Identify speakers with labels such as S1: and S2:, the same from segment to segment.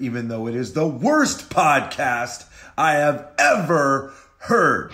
S1: even though it is the worst podcast I have ever heard.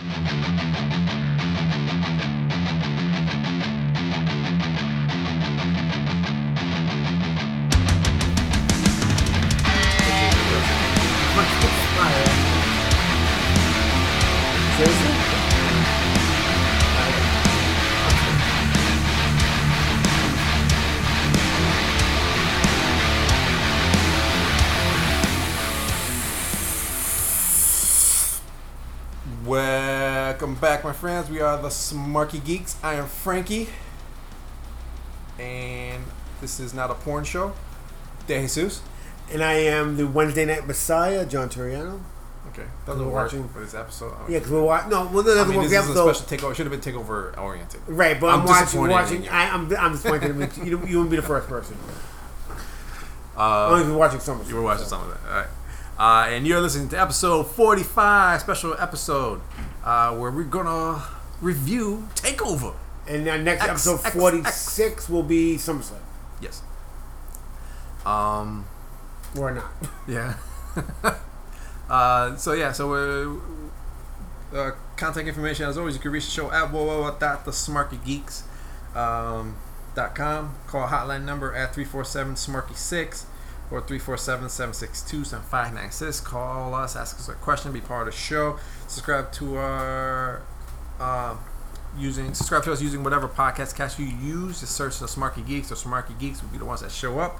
S2: Welcome back, my friends. We are the Smarky Geeks. I am Frankie, and this is not a porn show. De Jesus.
S3: And I am the Wednesday Night Messiah, John Turiano.
S2: Okay, doesn't
S3: We're
S2: work
S3: watching-
S2: for this episode. I mean,
S3: Yeah, because we're watching. No, well, the
S2: I
S3: other
S2: mean,
S3: one
S2: this
S3: we
S2: is
S3: have
S2: a
S3: though.
S2: special takeover. Should have been takeover oriented.
S3: Right, but I'm,
S2: I'm
S3: watching.
S2: disappointed in
S3: We're watching.
S2: you.
S3: I, I'm. I'm disappointed. in you. you. don't- You wouldn't be the first person.
S2: Uh,
S3: Only if you're watching something.
S2: You were watching some of that. All right. Uh, and you're listening to episode 45, special episode, uh, where we're going to review Takeover.
S3: And our next
S2: X,
S3: episode
S2: X,
S3: 46 will be SummerSlam
S2: Yes. Um,
S3: or not.
S2: yeah. uh, so, yeah, so we're. Uh, contact information, as always, you can reach the show at www.thesmarkygeeks.com. Um, dot com. Call hotline number at 347 Smarky 6 or 347 762 7596. Call us, ask us a question, be part of the show. Subscribe to our. Uh, using subscribe to us using whatever podcast cast you use just search the smarky geeks or smarky geeks will be the ones that show up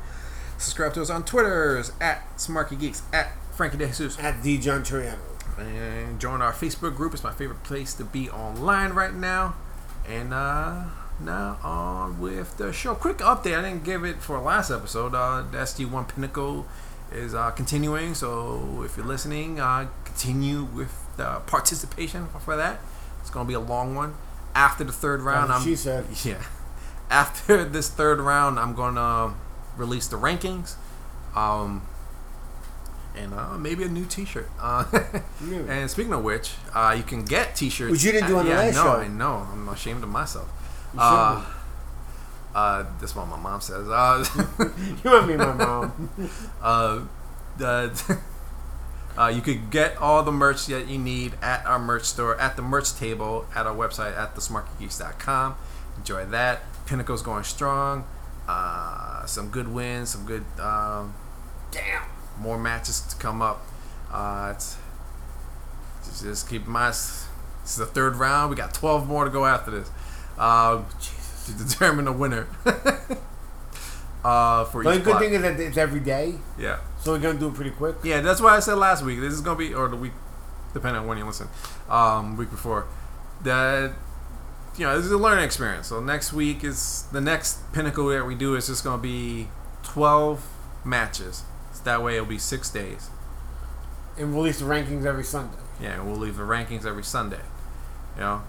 S2: subscribe to us on twitters at smarky geeks at frankie de jesus
S3: At the John Turiano.
S2: and join our Facebook group. It's my favorite place to be online right now. And uh, now on with the show. Quick update. I didn't give it for last episode. Uh, the SD1 Pinnacle is uh, continuing. So if you're listening, uh, continue with the participation for that. It's going to be a long one. After the third round,
S3: That's what
S2: I'm
S3: Um, she said.
S2: yeah. After this third round, I'm gonna um, release the rankings, um, and uh, maybe a new T-shirt. Uh,
S3: Really?
S2: and speaking of which, uh, you can get T-shirts.
S3: Which you didn't do on the
S2: yeah, I
S3: last
S2: know,
S3: show.
S2: I know. I'm ashamed of myself.
S3: You
S2: Uh, uh, that's what my mom says. Uh,
S3: You want me, my mom?
S2: uh, the, uh, you could get all the merch that you need at our merch store, at the merch table, at our website, at thesmarkygeeks.com. Enjoy that. Pinnacle's going strong. Uh, some good wins, some good, um, damn, more matches to come up. Uh, it's, just- just keep in mind, this is the third round. We got 12 more to go after this. Uh, to determine the winner. uh, for
S3: the only
S2: each
S3: good
S2: block.
S3: thing is that it's every day,
S2: yeah.
S3: so we're gonna do it pretty quick.
S2: Yeah, that's why I said last week. This is gonna be or the week, depending on when you listen, um, week before. That you know, this is a learning experience. So next week is the next pinnacle that we do is just gonna be twelve matches. So that way it'll be six days.
S3: And release the rankings every Sunday.
S2: Yeah, and we'll leave the rankings every Sunday. You know,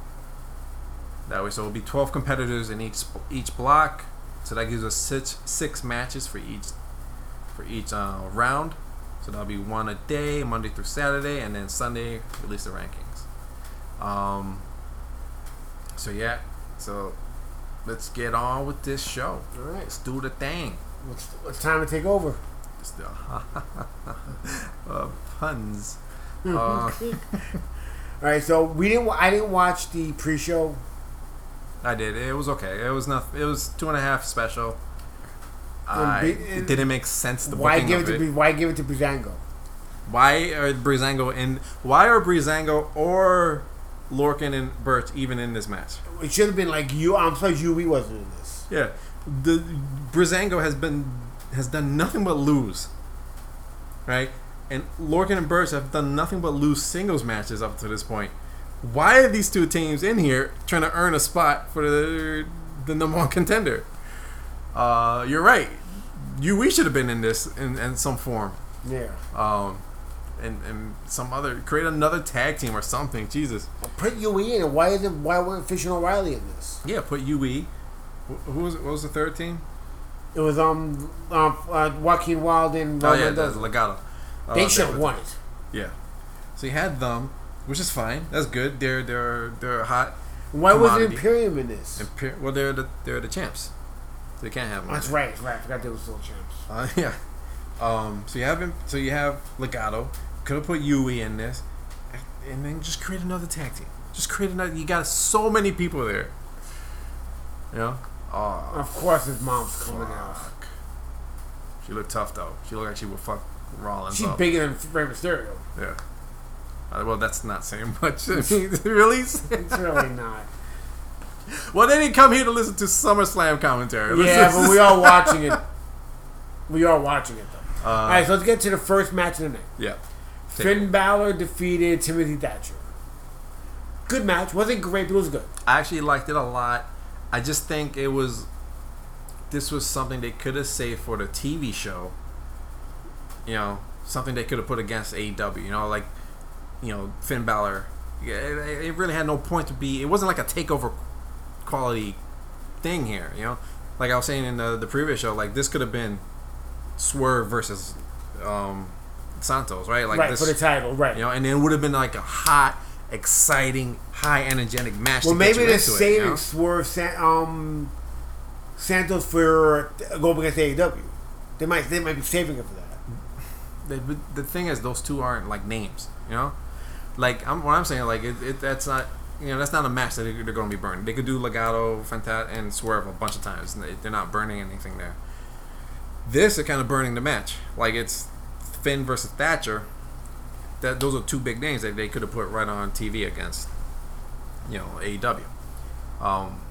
S2: that way so it'll be twelve competitors in each each block. So that gives us six six matches for each for each uh, round. So that'll be one a day, Monday through Saturday, and then Sunday release the rankings. Um. So yeah, so let's get on with this show.
S3: All right.
S2: Let's do the thing.
S3: It's, it's time to take over.
S2: It's the uh, puns. Uh,
S3: All right. So we didn't. wa- I didn't watch the pre-show.
S2: I did. It was okay. It was not. It was two and a half special.
S3: And
S2: I,
S3: be- uh,
S2: it didn't make sense. The
S3: why
S2: booking
S3: give it
S2: of
S3: to?
S2: it.
S3: Bri- Why give it to Brizango?
S2: Why are Breezango and why are Breezango or Lorcan and Birch even in this match?
S3: It should have been like you. I'm surprised you. We wasn't in this.
S2: Yeah, the Breezango has been has done nothing but lose, right? And Lorcan and Birch have done nothing but lose singles matches up to this point. Why are these two teams in here trying to earn a spot for the the number one contender? Uh, you're right. You we should have been in this in, in some form.
S3: Yeah.
S2: um, and and some other create another tag team or something. Jesus,
S3: Put you in. and Why isn't? Why weren't Fish and O'Reilly in this?
S2: yeah, put UE. Wh- Who was what was the third team?
S3: It was um, um uh, Joaquin Wild and
S2: Oh
S3: Ron
S2: yeah,
S3: Mendoza.
S2: that's Legato. Uh,
S3: They should have
S2: were-
S3: won it.
S2: Yeah, so you had them, which is fine. That's good. They're they're they're hot.
S3: Why was
S2: commodity.
S3: Imperium in this?
S2: Imper- well, they're the they're the champs. They can't have them.
S3: That's right. That's right. I forgot they was still champs.
S2: Uh, yeah. Um, so you have him, so you have Legato. Could have put Yui in this, and then just create another tag team. Just create another. You got so many people there. You know. Oh,
S3: Of course, his mom's coming out.
S2: She looked tough though. She looked like she would fuck Rollins
S3: She's
S2: up.
S3: bigger than Rey Mysterio.
S2: Yeah. Uh, well, that's not saying much. I mean, really?
S3: It's really not.
S2: well, they didn't come here to listen to SummerSlam commentary.
S3: yeah, but we are watching it. We are watching it though. All right, so let's get to the first match of the night.
S2: Yeah. Uh, Take it.
S3: Finn Balor defeated Timothy Thatcher. Good match. Wasn't great, but it was good.
S2: I actually liked it a lot. I just think it was. This was something they could have saved for the TV show. You know, something they could have put against AEW. You know, like, you know, Finn Balor. Yeah, It, it really had no point to be. It wasn't like a takeover quality thing here. You know, like I was saying in the, the previous show, like this could have been Swerve versus um, Santos, right? Like
S3: right,
S2: this,
S3: for the title, right.
S2: you know, and it would have been like a hot, exciting, high energetic match.
S3: well,
S2: to get
S3: maybe
S2: you
S3: they're
S2: into it,
S3: saving
S2: you know?
S3: Swerve San, um, Santos for uh, go up against AEW. They might they might be saving it for that.
S2: The, but the thing is, those two aren't like names, you know. Like I'm, what I'm saying, like it, it, that's not, you know, that's not a match that they're, they're going to be burning. They could do Legato, Fantat, and Swerve a bunch of times. And they, they're not burning anything there. This they're kind of burning the match. Like it's Finn versus Thatcher. That those are two big names that they could have put right on TV against, you know, AEW. Um,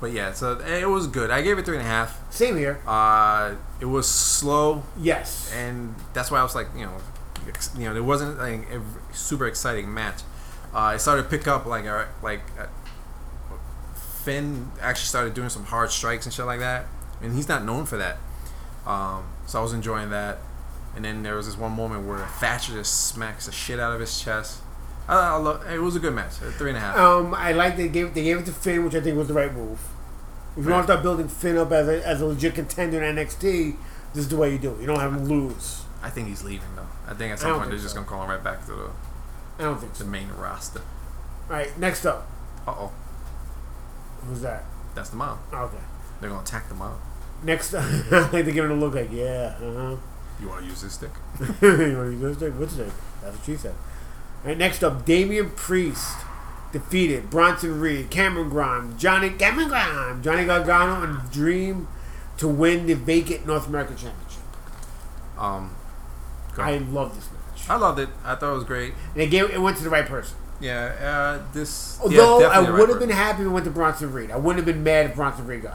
S2: but yeah, so it was good. I gave it three and a half.
S3: Same here.
S2: Uh, it was slow
S3: Yes.
S2: and that's why I was like, you know, ex- you know, it wasn't like a v- super exciting match. Uh, it started to pick up like uh, like uh, Finn actually started doing some hard strikes and shit like that, and he's not known for that. Um, so I was enjoying that, and then there was this one moment where Thatcher just smacks the shit out of his chest. I, I lo- it was a good match, a three and a half.
S3: Um, I like they gave they gave it to Finn, which I think was the right move. If you want to start building Finn up as a, as a legit contender in NXT, this is the way you do it. You don't have him lose.
S2: I think he's leaving though. I think at some
S3: don't
S2: point they're
S3: think
S2: just
S3: so.
S2: gonna call him right back to the,
S3: I don't think
S2: the
S3: so.
S2: main roster.
S3: All right, next up,
S2: Uh oh,
S3: who's that?
S2: that's the mom.
S3: Okay,
S2: They're gonna attack the mom.
S3: next. up, I like they give it a look like yeah. Uh-huh.
S2: You want to use this stick?
S3: You wanna use this thing? What's his name? That's what she said. All right, next up, Damian Priest defeated Bronson Reed, Cameron Grimes, Johnny Cameron Grimes, Johnny Gargano, and Dream to win the vacant North American Championship.
S2: Um, go
S3: I
S2: ahead.
S3: love this match.
S2: I, loved it. I thought it was great.
S3: And it, gave, it went to the right person.
S2: Yeah, uh, this.
S3: Although
S2: yeah,
S3: I
S2: definitely the
S3: would have
S2: right
S3: been happy with the Bronson Reed. I wouldn't have been mad if Bronson Reed got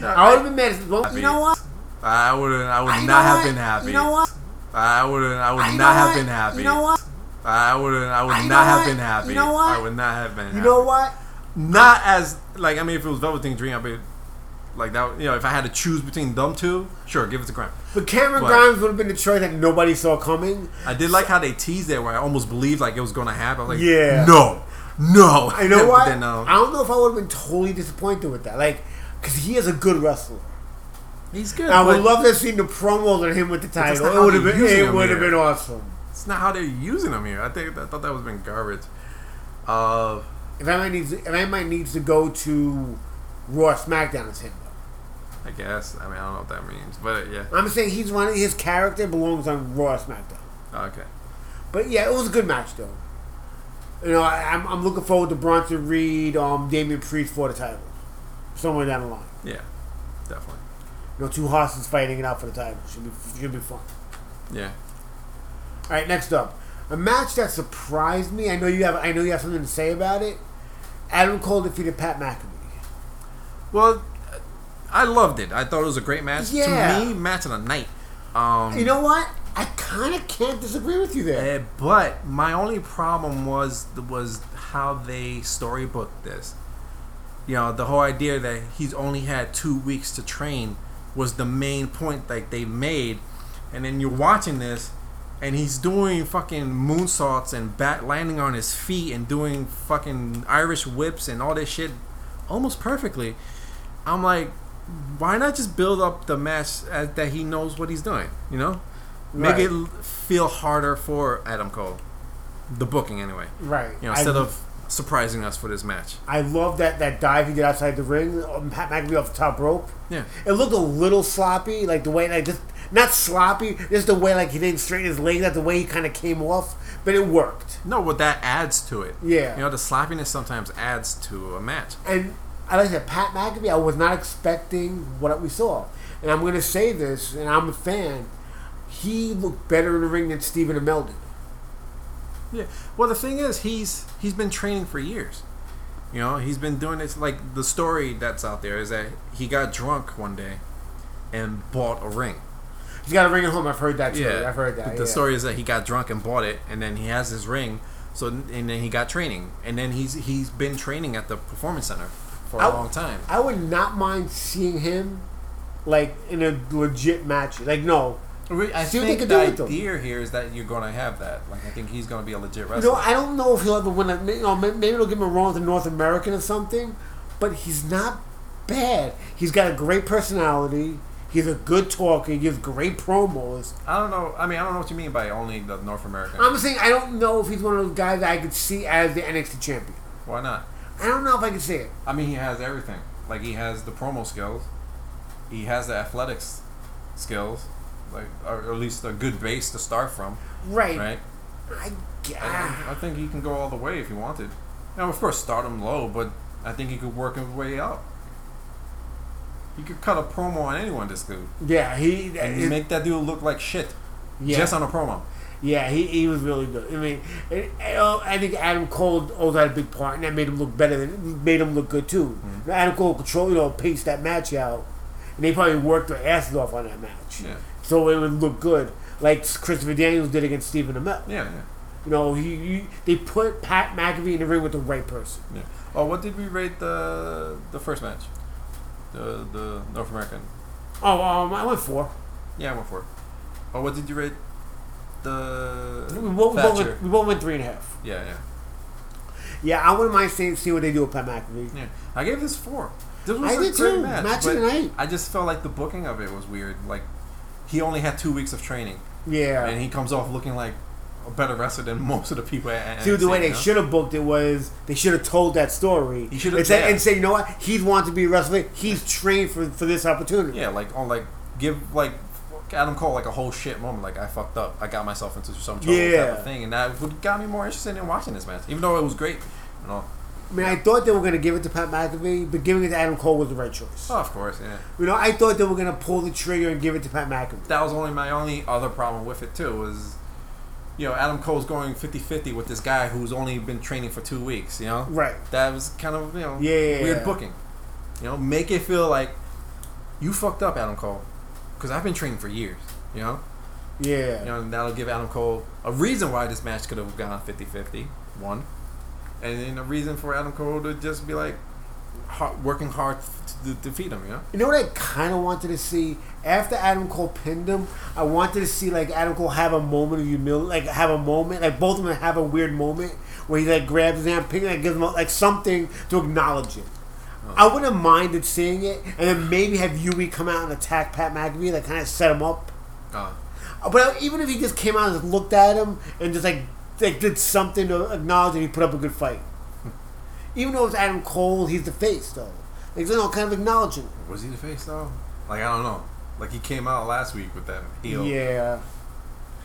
S2: person. No,
S3: I would have been mad. If, well, you know what?
S2: I would. I would
S3: you know
S2: not have
S3: what?
S2: been happy.
S3: You know what?
S2: I would. I would
S3: You know
S2: not have
S3: what?
S2: been happy.
S3: You know what?
S2: I would. I would
S3: You know
S2: not have
S3: what?
S2: been happy.
S3: You know what?
S2: I would not have been.
S3: You
S2: happy.
S3: know what?
S2: Not as like I mean, if it was Velveteen Dream, I'd be like that. You know, if I had to choose between them two, sure, give it to Graham.
S3: But Cameron
S2: What?
S3: Grimes would have been the choice that nobody saw coming.
S2: I did like how they teased it, where I almost believed like it was going to happen. I was like,
S3: Yeah.
S2: no, no.
S3: You know
S2: But
S3: what?
S2: Then, um,
S3: I don't know if I would have been totally disappointed with that. Like, because he is a good wrestler.
S2: he's good.
S3: And I would
S2: but-
S3: love to have seen the promos on him with the
S2: that's
S3: title.
S2: not
S3: It
S2: how
S3: would have
S2: they're
S3: been.
S2: using
S3: It
S2: him
S3: would have
S2: here.
S3: been awesome.
S2: It's not how they're using them here. I think I thought that was been garbage. Uh,
S3: If I might needs, if I might needs to go to Raw SmackDown, it's him. Though.
S2: I guess. I mean, I don't know what that means, but uh, yeah.
S3: I'm saying he's one. His character belongs on Raw SmackDown.
S2: Okay.
S3: But yeah, it was a good match though. You know, I, I'm, I'm looking forward to Bronson Reed, um, Damian Priest for the title, somewhere down the line.
S2: Yeah. Definitely.
S3: You know, two horses fighting it out for the title should be should be fun.
S2: Yeah.
S3: All right, next up, a match that surprised me. I know you have I know you have something to say about it. Adam Cole defeated Pat McAfee.
S2: Well, I loved it. I thought it was a great match.
S3: Yeah.
S2: To me, match of the night. Um,
S3: You know what? I kind of can't disagree with you there.
S2: eh, but my only problem was was how they storybooked this. You know, the whole idea that he's only had two weeks to train was the main point that they made, and then you're watching this, and he's doing fucking moonsaults and back landing on his feet and doing fucking Irish whips and all this shit almost perfectly. I'm like, why not just build up the match as, that he knows what he's doing? You know, make
S3: Right.
S2: it l- feel harder for Adam Cole, the booking anyway.
S3: Right.
S2: You know,
S3: I-
S2: instead of surprising us for this match.
S3: I love that that dive he did outside the ring. um, Pat McAfee off the top rope.
S2: Yeah.
S3: It looked a little sloppy, like the way like just not sloppy, just the way like he didn't straighten his leg, out the way he kind of came off, but it worked.
S2: No, what that adds to it.
S3: Yeah.
S2: You know, the sloppiness sometimes adds to a match.
S3: And I like that Pat McAfee. I was not expecting what we saw, and I'm going to say this, and I'm a fan. He looked better in the ring than Stephen Amell did.
S2: Yeah. Well, the thing is, he's he's been training for years. You know, he's been doing this. Like the story that's out there is that he got drunk one day and bought a ring.
S3: He's got a ring at home. I've heard that. Story. I've heard that.
S2: The, the
S3: yeah.
S2: story is that he got drunk and bought it, and then he has his ring. So and then he got training, and then he's he's been training at the performance center for a
S3: I-
S2: long time.
S3: I would not mind seeing him, like in a legit match. Like no,
S2: I
S3: See what they
S2: think
S3: could do with
S2: the
S3: them.
S2: idea here is that you're going to have that. Like I think he's going to be a legit
S3: You
S2: wrestler.
S3: know, I don't know if he'll ever win. A, you know, may- maybe it'll give him a run with the North American or something. But he's not bad. He's got a great personality. He's a good talker. He gives great promos.
S2: I don't know. I mean, I don't know what you mean by only the North American.
S3: I'm saying I don't know if he's one of those guys that I could see as the NXT champion.
S2: Why not?
S3: I don't know if I can see it.
S2: I mean, he has everything. Like he has the promo skills, he has the athletics skills, like or at least a good base to start from,
S3: Right.
S2: right?
S3: I,
S2: I,
S3: Ah.
S2: I think he can go all the way if he wanted. Now, of course, start him low, but I think he could work his way up. He could cut a promo on anyone, this dude,
S3: yeah, he.
S2: and
S3: it-
S2: make that dude look like shit
S3: yeah.
S2: just on a promo.
S3: Yeah, he, he was really good. I mean, and, uh, I think Adam Cole also had a big part, and that made him look better than made him look good too.
S2: Mm-hmm.
S3: Adam Cole control, you know, paced that match out, and they probably worked their asses off on that match,
S2: Yeah,
S3: so it would look good, like Christopher Daniels did against Stephen Amell.
S2: yeah, yeah.
S3: You know, he, he they put Pat McAfee in the ring with the right person.
S2: yeah. Oh, what did we rate the the first match? The the North American.
S3: Oh, um, I went four.
S2: Yeah, I went for it. Oh, what did you rate? The
S3: We both, we both,
S2: Thatcher.
S3: went, we both went three and a half.
S2: Yeah, yeah,
S3: Yeah, I wouldn't mind seeing see what they do with Pat McAfee.
S2: yeah. I gave this four. This was
S3: I
S2: a
S3: did
S2: great
S3: too.
S2: Match,
S3: Match
S2: but
S3: of the night.
S2: I just felt like the booking of it was weird. Like he only had two weeks of training,
S3: Yeah,
S2: and he comes off looking like a better wrestler than most of the people. At
S3: See, the
S2: NXT,
S3: way
S2: you
S3: they
S2: know?
S3: should have booked it was they should have told that story.
S2: You should have-
S3: and, say,
S2: yeah.
S3: and say, you know what? He's wanted to be a wrestler. He's trained for, for this opportunity.
S2: Yeah, like on like give like Adam Cole like a whole shit moment. Like I fucked up. I got myself into some trouble type
S3: Yeah.
S2: of thing, and that would got me more interested in watching this match, even though it was great. You know.
S3: I mean, I thought they were going to give it to Pat McAfee, but giving it to Adam Cole was the right choice.
S2: Oh, of course, yeah.
S3: You know, I thought they were going to pull the trigger and give it to Pat McAfee.
S2: that was only my only other problem with it too was you know adam cole's going 50-50 with this guy who's only been training for two weeks you know
S3: Right.
S2: that was kind of you know
S3: Yeah, yeah,
S2: weird
S3: yeah.
S2: booking you know make it feel like you fucked up adam cole because i've been training for years you know
S3: Yeah.
S2: you know and that'll give adam cole a reason why this match could have gone 50-50 one and then a reason for adam cole to just be like hard, working hard to, to defeat him you know
S3: You know what I kind of wanted to see after Adam Cole pinned him. I wanted to see like Adam Cole have a moment of humility, like have a moment, like both of them have a weird moment where he like grabs his hand, picking, like gives him like something to acknowledge it. I wouldn't have minded seeing it, and then maybe have Yui come out and attack Pat McAfee, like kind of set him up.
S2: uh,
S3: But even if he just came out and just looked at him and just like like did something to acknowledge that he put up a good fight, even though it's Adam Cole, he's the face though. Like you know, kind of acknowledging. it.
S2: Was he the face though? Like I don't know. Like he came out last week with that heel
S3: Yeah.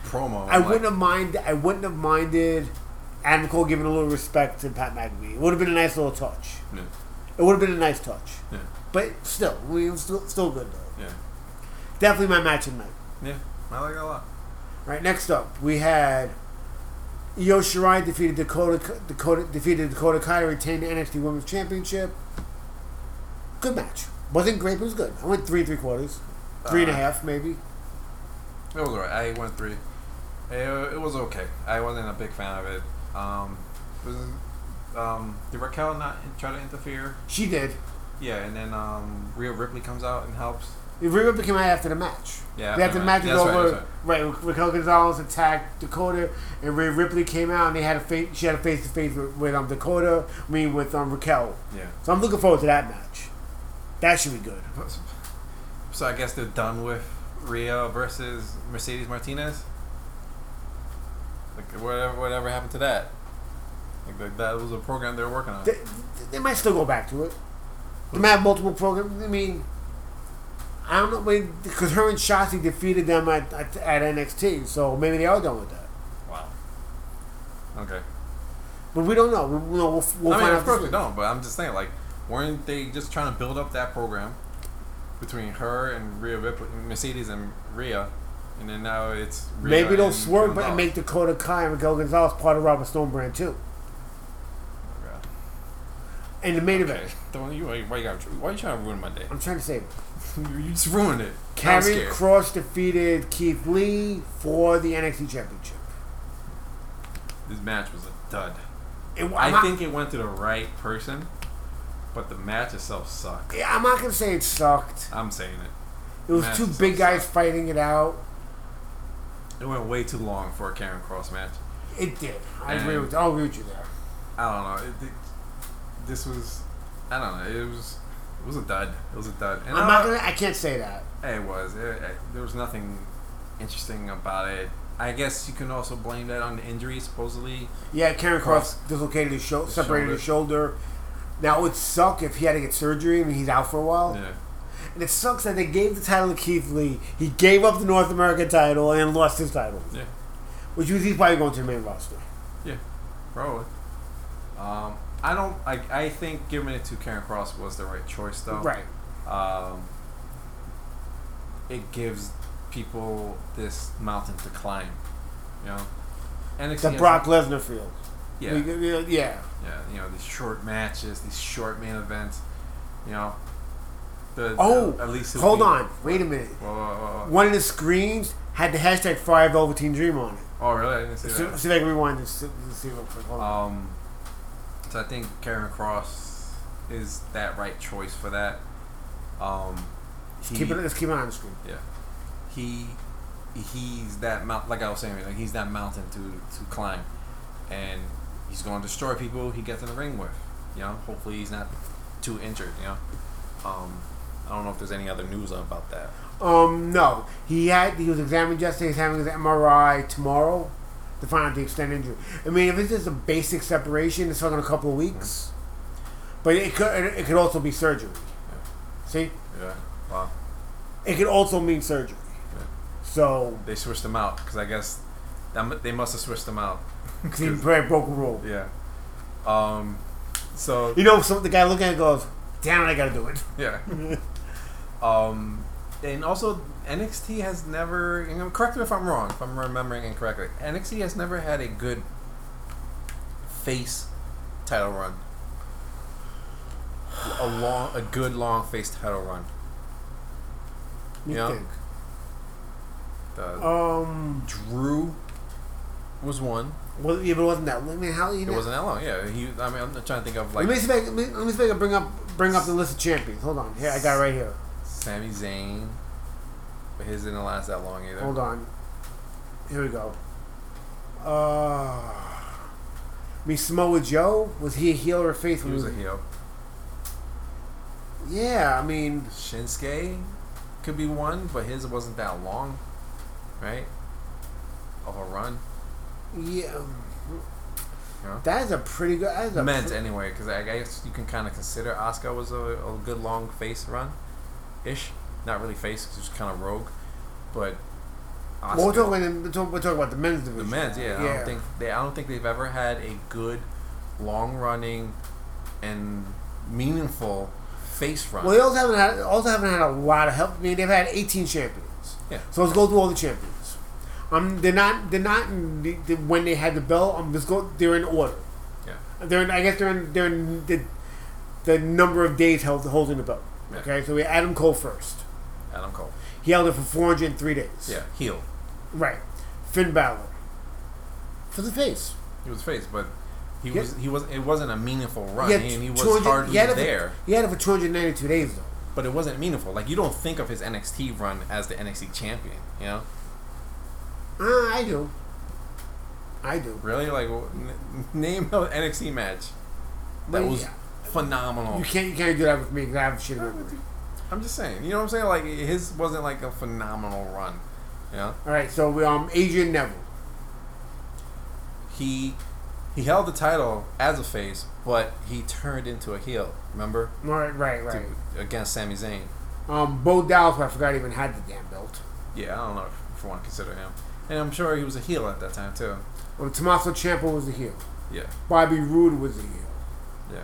S2: promo.
S3: I
S2: like,
S3: wouldn't have minded. I wouldn't have minded Adam Cole giving a little respect to Pat McAfee. It would have been a nice little touch.
S2: Yeah,
S3: It would have been a nice touch.
S2: yeah,
S3: But still, we it was still, still good though.
S2: yeah,
S3: Definitely my match of the night.
S2: yeah. I like it a lot.
S3: Right next up, we had Io Shirai defeated Dakota Dakota defeated Dakota Kai to retain the NXT Women's Championship. Good match. Wasn't great, but it was good. I went three three quarters, three and a
S2: Uh,
S3: half maybe.
S2: It was alright. I went three. It, it was okay. I wasn't a big fan of it. Um, was um, did Raquel not in- try to interfere?
S3: She did.
S2: Yeah, and then um, Rhea Ripley comes out and helps.
S3: Rhea Ripley came out after the match.
S2: Yeah,
S3: they
S2: after
S3: after the
S2: the
S3: match
S2: match.
S3: was
S2: That's right,
S3: over.
S2: that's
S3: Right, Raquel Gonzalez attacked Dakota, and Rhea Ripley came out, and they had a face. She had a face to face with with, um, Dakota. I mean, with um, Raquel.
S2: Yeah.
S3: So I'm looking forward to that match. That should be good.
S2: So I guess they're done with Rhea versus Mercedes Martinez. Like whatever, whatever happened to that? Like that, that was a program they were working on.
S3: They, they might still go back to it. They might have multiple programs. I mean, I don't know. Because her and Shotzi defeated them at, at, at NXT, so maybe they are done with that.
S2: Wow. Okay.
S3: But we don't know. We, we know we'll, we'll
S2: I
S3: find
S2: mean,
S3: out.
S2: of course
S3: this
S2: they
S3: week.
S2: don't, but I'm just saying, like, weren't they just trying to build up that program between her and Rhea Ripley, Mercedes and Rhea, and then now it's Rhea
S3: Maybe they'll
S2: and
S3: swerve but and
S2: Gonzalez.
S3: make Dakota Kai and Miguel Gonzalez part of Robert Stone brand too. And the main
S2: Okay.
S3: event.
S2: Don't you? Why you, got, why you trying to ruin my day?
S3: I'm trying to save it.
S2: you just ruined it. I'm
S3: Karrion
S2: scared.
S3: Cross defeated Keith Lee for the NXT Championship.
S2: this match was a dud.
S3: And I'm
S2: I
S3: not-
S2: think it went to the right person, but the match itself sucked.
S3: Yeah, I'm not gonna say it sucked.
S2: I'm saying it.
S3: It was
S2: Match
S3: two
S2: itself
S3: big guys fighting it out.
S2: It went way too long for a Karen Cross match.
S3: It did. I
S2: And-
S3: agree with. I'll agree with you there.
S2: I don't know. It, it, this was, I don't know. It was, it was a dud. It was a dud. And
S3: I'm
S2: I-
S3: not gonna. I can't say that.
S2: It was. It, it, there was nothing interesting about it. I guess you can also blame that on the injury, supposedly.
S3: Yeah, Karen Cross dislocated his shoulder, separated his shoulder. Now it would suck if he had to get surgery and he's out for a while.
S2: Yeah.
S3: And it sucks that they gave the title to Keith Lee. He gave up the North American title and lost his title,
S2: Yeah.
S3: which means he's probably going to the main roster.
S2: Yeah. Probably. Um, I don't. I, I think giving it to Karen Cross was the right choice, though.
S3: Right.
S2: Um, it gives people this mountain to climb. You know. NXT
S3: The
S2: has-
S3: Brock Lesnar field.
S2: Yeah.
S3: We- we- yeah.
S2: Yeah, you know these short matches, these short main events. You know, the
S3: Oh,
S2: the- it'll
S3: hold
S2: be-
S3: on. Wait a minute.
S2: Whoa, whoa, whoa, whoa.
S3: One of the screens had the hashtag Fire Velveteen Dream on it.
S2: Oh, really? I didn't see
S3: So,
S2: that.
S3: see if I can rewind this. Let's see real quick. Hold on.
S2: Um, so I think Karen Cross is that right choice for that. Um, he,
S3: keep it. Let's keep it on the screen.
S2: Yeah, he he's that mount. Like I was saying, like he's that mountain to to climb, and he's going to destroy people he gets in the ring with. You know, hopefully he's not too injured. You know, um, I don't know if there's any other news about that.
S3: Um, no, he had he was examined yesterday. He's having his MRI tomorrow to find out the extent of injury. I mean, if it's just a basic separation, it's talking a couple of weeks, but it could it could also be surgery. See,
S2: Yeah. Wow.
S3: it could also mean surgery.
S2: Yeah.
S3: So
S2: They switched them out because I guess that, mu- they must have switched them out.
S3: 'cause he broke broke a rule.
S2: Yeah. Um. So
S3: You know, so the guy looking at it goes, "Damn it, I gotta do it."
S2: yeah. um. And also NXT has never. And I'm- correct me if I'm wrong. If I'm remembering incorrectly, NXT has never had a good face title run. A long, a good long face title run.
S3: You
S2: Yeah.
S3: think?
S2: The
S3: Um,
S2: Drew was one.
S3: well, yeah, but it wasn't that. I mean, how you
S2: It
S3: know?
S2: wasn't that long. Yeah. He. I mean, I'm trying to think of like
S3: let me see if I can, let me- let me see if I can bring up bring up the list of champions. Hold on, here I got it right here.
S2: Sami Zayn. But his didn't last that long either.
S3: Hold on. Here we go. Uh, I mean, Samoa Joe was he a heel or a face?
S2: He
S3: when
S2: was a heel.
S3: Yeah, I mean,
S2: Shinsuke could be one, but his wasn't that long, right? Of a run.
S3: yeah.
S2: Yeah.
S3: That is a pretty good. That is a
S2: Meant
S3: pre-
S2: anyway, because I guess you can kind of consider Asuka was a, a good long face run, ish. Not really face, 'cause she's kind of rogue, but Asuka,
S3: well, we're talking, about, we're talking- we're talking about the men's
S2: the
S3: division.
S2: men's, yeah, I don't think they, I don't think they've ever had a good, long running, and meaningful face run.
S3: Well, they also haven't had also haven't had a lot of help. I mean, they've had 18 champions.
S2: Yeah.
S3: So let's go through all the champions. Um, they're not they're not in the, the, when they had the belt. Um, let's go. They're in order.
S2: yeah.
S3: They're in, I guess they're in, they're in the, the number of days held, holding the belt.
S2: Yeah.
S3: Okay, so we had Adam Cole first.
S2: Adam Cole.
S3: He held it for 403 days.
S2: Yeah, heel.
S3: Right. Finn Balor. For the face.
S2: He was face, but he
S3: Yeah.
S2: was he was it wasn't a meaningful run,
S3: He had
S2: and he was
S3: 200
S2: hardly
S3: he had it for-
S2: there.
S3: he had it for 292 days, though.
S2: But it wasn't meaningful. Like you don't think of his NXT run as the NXT champion, you know?
S3: Uh, I do. I do.
S2: Really, like wh- n- name an NXT match that
S3: Well,
S2: was
S3: yeah.
S2: phenomenal.
S3: You can't, you can't do that with me because I have a shit memory.
S2: I'm just saying, you know what I'm saying? Like his wasn't like a phenomenal run, you know?
S3: All right, so we um Adrian Neville.
S2: He He held the title as a face, but he turned into a heel. Remember
S3: Right, right, right.
S2: To- against Sami Zayn.
S3: Um, Bo Dallas, I forgot even had the damn belt.
S2: Yeah, I don't know if I want to consider him. And I'm sure he was a heel at that time too.
S3: Well, Um, Tommaso Ciampa was a heel.
S2: Yeah,
S3: Bobby Roode was a heel.
S2: yeah.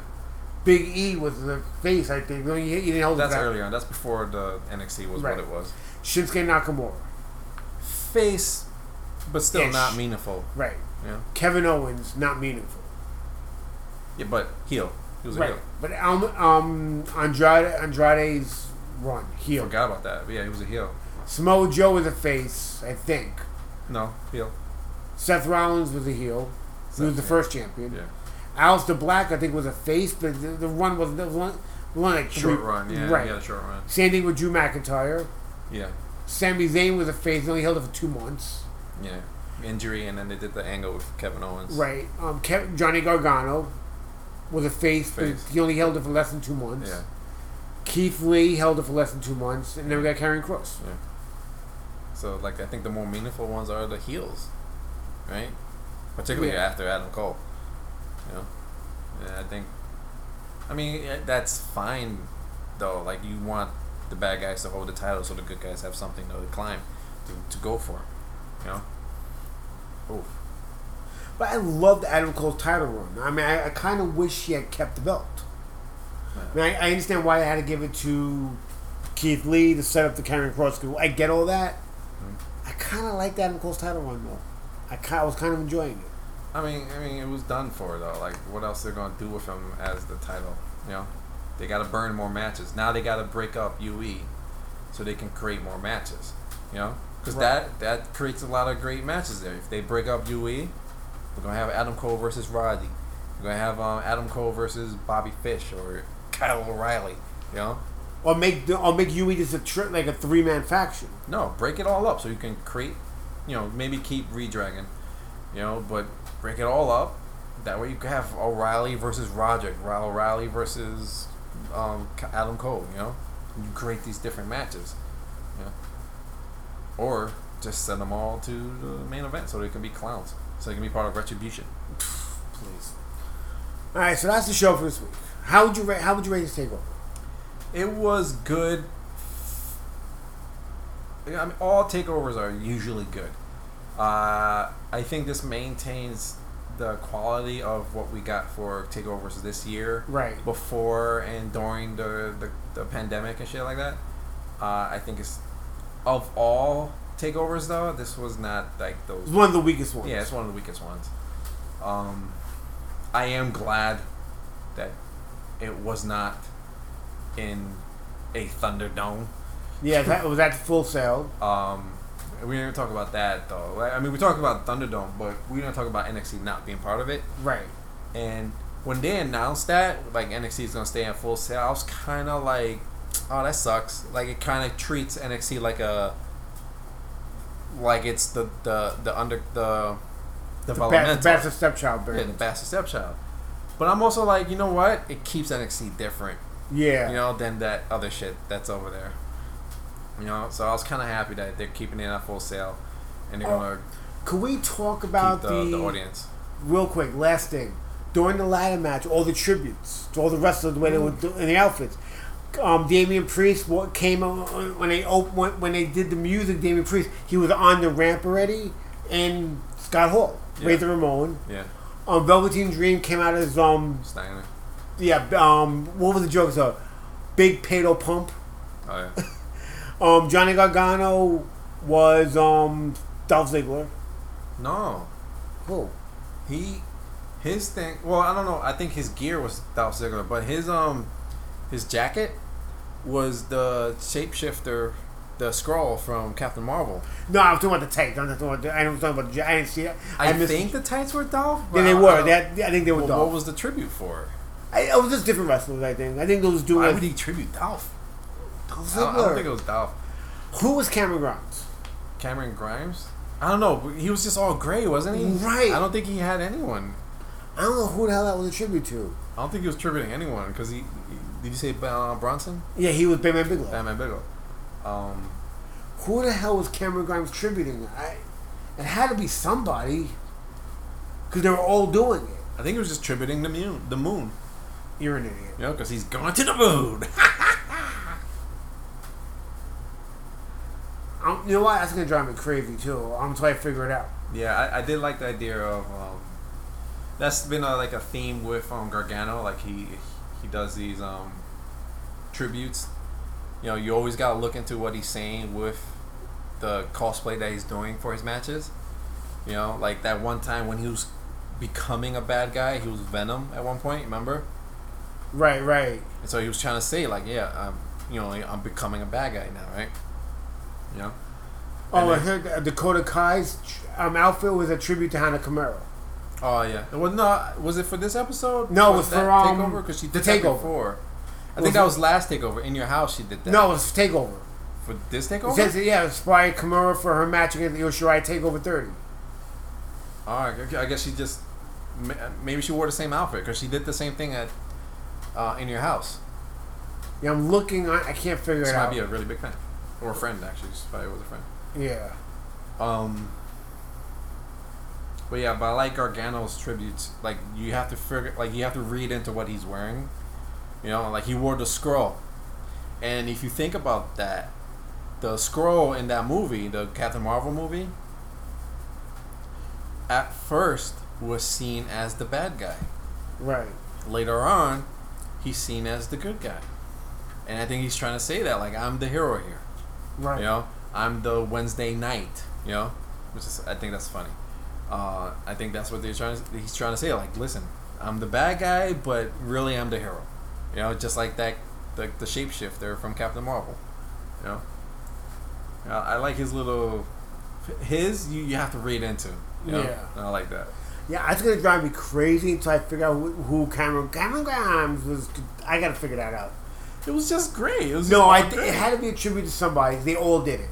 S3: Big E was the face, I think. No, he, he didn't hold
S2: That's
S3: the belt.
S2: earlier on. That's before the NXT was
S3: Right.
S2: what it was.
S3: Shinsuke Nakamura.
S2: Face, but still
S3: Ish.
S2: not meaningful.
S3: Right.
S2: Yeah,
S3: Kevin Owens, not meaningful.
S2: yeah, but heel. He was a
S3: Right.
S2: heel.
S3: But um, um, Andrade, Andrade's run, heel.
S2: Forgot about that. But yeah, he was a heel.
S3: Samoa Joe was a face, I think.
S2: No heel.
S3: Seth Rollins was a heel. he was the
S2: Seth, yeah.
S3: first champion.
S2: Yeah.
S3: Alistair Black, I think, was a face, but the, the run was the one, one like
S2: Short
S3: three-
S2: run. Yeah,
S3: right.
S2: he had a short run.
S3: Same thing with Drew McIntyre.
S2: Yeah,
S3: Sami Zayn was a face, only held it for two months.
S2: yeah. Injury, and then they did the angle with Kevin Owens.
S3: Right. Um, Kev- Johnny Gargano was a face,
S2: Face.
S3: but he only held it for less than two months.
S2: Yeah.
S3: Keith Lee held it for less than two months, and then we got Karrion Cross.
S2: So like I think the more meaningful ones are the heels, right? Particularly
S3: Yeah.
S2: after Adam Cole. You know, and I think. I mean eh, that's fine, though. Like you want the bad guys to hold the title, so the good guys have something to climb, to, to go for. You know. Oof.
S3: But I loved Adam Cole's title run. I mean, I, I kind of wish he had kept the belt. I, mean, I, I understand why I had to give it to Keith Lee to set up the Karrion Cross. 'cause I get all that.
S2: Mm-hmm.
S3: I kind of liked Adam Cole's title run though. I, ki- I was kind of enjoying it.
S2: I mean, I mean, it was done for though. Like, what else they're gonna do with him as the title? You know, they gotta burn more matches. Now they gotta break up UE, so they can create more matches. You know, because that that creates a lot of great matches there. If they break up UE, we're gonna have Adam Cole versus Roddy. We're gonna have um, Adam Cole versus Bobby Fish or Kyle O'Reilly. You know,
S3: Or make the, or make UE just a tri- like a three man faction.
S2: no, break it all up so you can create, you know, maybe keep Redragon, you know, but break it all up. That way you can have O'Reilly versus Roderick, Ro- O'Reilly versus um, C- Adam Cole, you know? You create these different matches, you know? Or just send them all to the main event so they can be clowns, so they can be part of Retribution.
S3: Please. All right, so that's the show for this week. How would you rate? How would you rate this takeover?
S2: It was good. I mean, all takeovers are usually good. Uh, I think this maintains the quality of what we got for takeovers this year,
S3: Right.
S2: Before and during the, the, the pandemic and shit like that. Uh, I think it's of all takeovers though, this was not like those.
S3: It's one of the weakest ones.
S2: Yeah, it's one of the weakest ones. Um, I am glad that it was not in a Thunderdome.
S3: Yeah, that was at full sale.
S2: Um, we didn't talk about that though. Like, I mean, we talked about Thunderdome, but we didn't talk about NXT not being part of it.
S3: Right.
S2: And when they announced that, like NXT is gonna stay in full sale, I was kind of like, oh, that sucks. Like it kind of treats NXT like a, like it's the the the under the developmental.
S3: Bad, bad for stepchild,
S2: Yeah,
S3: Barry.
S2: the bastard stepchild. But I'm also like, you know what? It keeps NXT different,
S3: Yeah.
S2: you know, than that other shit that's over there. You know, so I was kind of happy that they're keeping it at full sale, and they're
S3: Oh,
S2: gonna
S3: Could we talk
S2: keep
S3: about
S2: the, the audience.
S3: real quick, last thing. During the ladder match, all the tributes to all the wrestlers, the way they were
S2: Mm.
S3: do- in the outfits. Um, Damian Priest wa- came on on- when they op- when, when they did the music. Damian Priest, he was on the ramp already, and Scott Hall,
S2: Yeah.
S3: Razor Ramon.
S2: Yeah,
S3: Um, Velveteen Dream came out as um
S2: Steiner.
S3: yeah um what was the joke? So big pedo pump.
S2: Oh yeah,
S3: Um, Johnny Gargano was um Dolph Ziggler.
S2: no,
S3: Cool.
S2: he, his thing. Well, I don't know. I think his gear was Dolph Ziggler, but his um, his jacket was the shapeshifter, the scroll from Captain Marvel.
S3: No, I was talking about the tape. I'm not talking about. The, I was talking about. the- I didn't see that.
S2: I,
S3: missed-
S2: think the tights were Dolph.
S3: Yeah,
S2: but
S3: they
S2: I- I
S3: were.
S2: don't-
S3: They had, I think they were
S2: Well,
S3: Dolph.
S2: what was the tribute for?
S3: I, it was just different wrestlers. I think. I think those dudes.
S2: Why would he tribute Dolph?
S3: Dolph
S2: I don't, I don't
S3: Ziggler.
S2: think it was Dolph.
S3: Who was Cameron Grimes?
S2: Cameron Grimes? I don't know. but He was just all gray, wasn't he?
S3: Right.
S2: I don't think he had anyone.
S3: I don't know who the hell that was a tribute to.
S2: I don't think he was tributing anyone because he, he- Did you say uh, Bronson?
S3: Yeah, he was Batman Bigelow.
S2: Batman Bigelow. Um,
S3: Who the hell was Cameron Grimes tributing? I, it had to be somebody, because they were all doing it.
S2: I think he was just tributing the moon. The moon.
S3: You're an idiot.
S2: You know, because he's going to the moon.
S3: I'm, you know what? That's gonna drive me crazy too. Until I figure it out.
S2: yeah, I, I did like the idea of. Um, that's been uh like a theme with um, Gargano. Like he he does these um, tributes. You know, you always gotta look into what he's saying with the cosplay that he's doing for his matches. You know, like that one time when he was becoming a bad guy, he was Venom at one point. Remember?
S3: Right, right.
S2: And so he was trying to say, like, yeah, I'm, you know, I'm becoming a bad guy now, right? You know?
S3: Oh, I
S2: then-
S3: heard that Dakota Kai's um, outfit was a tribute to Hannah Camaro.
S2: Oh yeah. Well, no, was it for this episode?
S3: No, it was
S2: that
S3: for, um,
S2: takeover because she
S3: the
S2: did that
S3: Takeover.
S2: before. I
S3: Was
S2: think that
S3: it-
S2: was last takeover in your house. She did that.
S3: No, it's Takeover.
S2: for this
S3: It
S2: takeover.
S3: says that, yeah, inspired Kimura for her match against Io Shirai Takeover 30.
S2: All right. Okay, I guess she just ma- maybe she wore the same outfit because she did the same thing at uh, in your house.
S3: Yeah, I'm looking. I, I can't figure
S2: This
S3: it
S2: might
S3: out.
S2: be a really big fan or a friend actually. She probably was a friend.
S3: yeah,
S2: Um. But yeah, but I like Gargano's tributes. Like you have to figure, like you have to read into what he's wearing. You know, like he wore the scroll, and if you think about that, the scroll in that movie, the Captain Marvel movie, at first was seen as the bad guy.
S3: right.
S2: Later on, he's seen as the good guy, and I think he's trying to say that like I'm the hero here.
S3: Right.
S2: You know, I'm the Wednesday night. You know, which is I think that's funny. Uh, I think that's what they're trying. To, he's trying to say like, listen, I'm the bad guy, but really I'm the hero. You know, just like that, the, the shapeshifter from Captain Marvel. You know, You know, I like his little, his you, you have to read into. You know?
S3: Yeah.
S2: and I like that.
S3: Yeah, that's gonna drive me crazy until I figure out who, who Cameron Cameron Grimes was. I gotta figure that out.
S2: It was just great. It was
S3: No, I.
S2: just
S3: thi- It had to be a tribute to somebody. They all did it.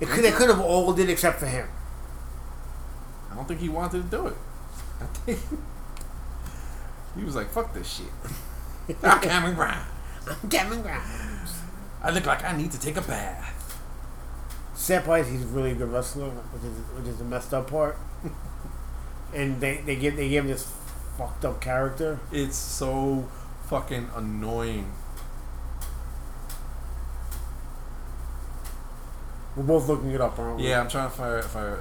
S3: it could, they could have all did it except for him.
S2: I don't think he wanted to do it. I think he was like, "Fuck this shit." I'm Cameron Grimes.
S3: Cameron Grimes.
S2: I look like I need to take a bath.
S3: Sad part is he's a really good wrestler, which is which is the messed up part. and they they give they give him this fucked up character.
S2: It's so fucking annoying.
S3: We're both looking it up, aren't we?
S2: Yeah, I'm trying to fire, fire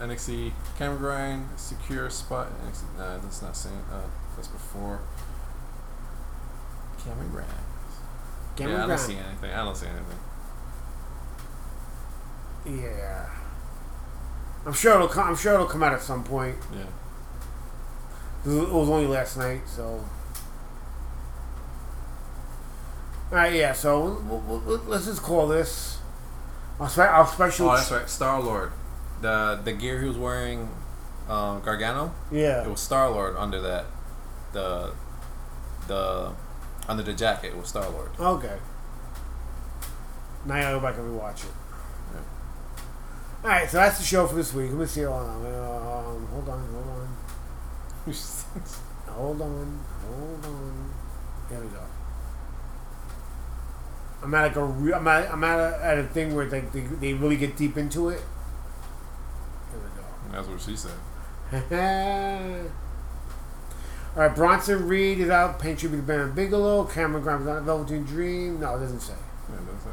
S2: uh, NXT camera grind, secure spot. NXT, nah, that's not saying. Uh, that's before. Camera grind. yeah,
S3: Cameron
S2: I don't
S3: Grimes.
S2: see anything. I don't see anything.
S3: Yeah. I'm sure it'll come. I'm sure it'll come out at some point.
S2: Yeah.
S3: It was it was only last night, so. All right, yeah. So we'll, we'll, we'll- let's just call this our, spe- our special.
S2: Oh, that's right. Star Lord, the the gear he was wearing, um, Gargano. It
S3: Yeah.
S2: was Star Lord under that, the, the, under the jacket. It was Star Lord.
S3: Okay. Now I gotta go back and rewatch it.
S2: Yeah.
S3: All right, so that's the show for this week. Let me see. Hold on. Um, hold on. Hold on. Hold on. Hold on. There we go. I'm at like a re- I'm at, I'm at a, at a thing where like they, they really get deep into it. There we go.
S2: that's what she said.
S3: All right, Bronson Reed is out. Paying tribute to Baron Bigelow. Cameron Grimes on Velveteen Dream. No, it doesn't say.
S2: Yeah, that's it.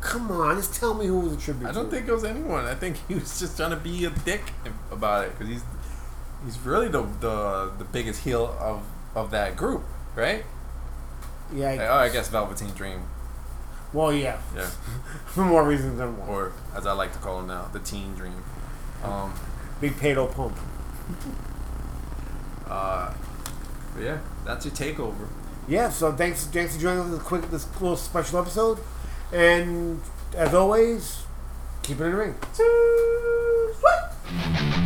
S3: Come on, just tell me who was a tribute.
S2: I don't
S3: to.
S2: think it was anyone. I think he was just trying to be a dick about it because he's he's really the, the the biggest heel of of that group, right?
S3: Yeah. I
S2: Like, oh, I guess Velveteen Dream,
S3: Well, yeah,
S2: yeah,
S3: for more reasons than one.
S2: or as I like to call him now, the Teen Dream. Um,
S3: Big paydo pump.
S2: uh, but yeah, that's your takeover.
S3: Yeah. So thanks, thanks for joining us this quick, this little special episode, and as always, keep it in the ring.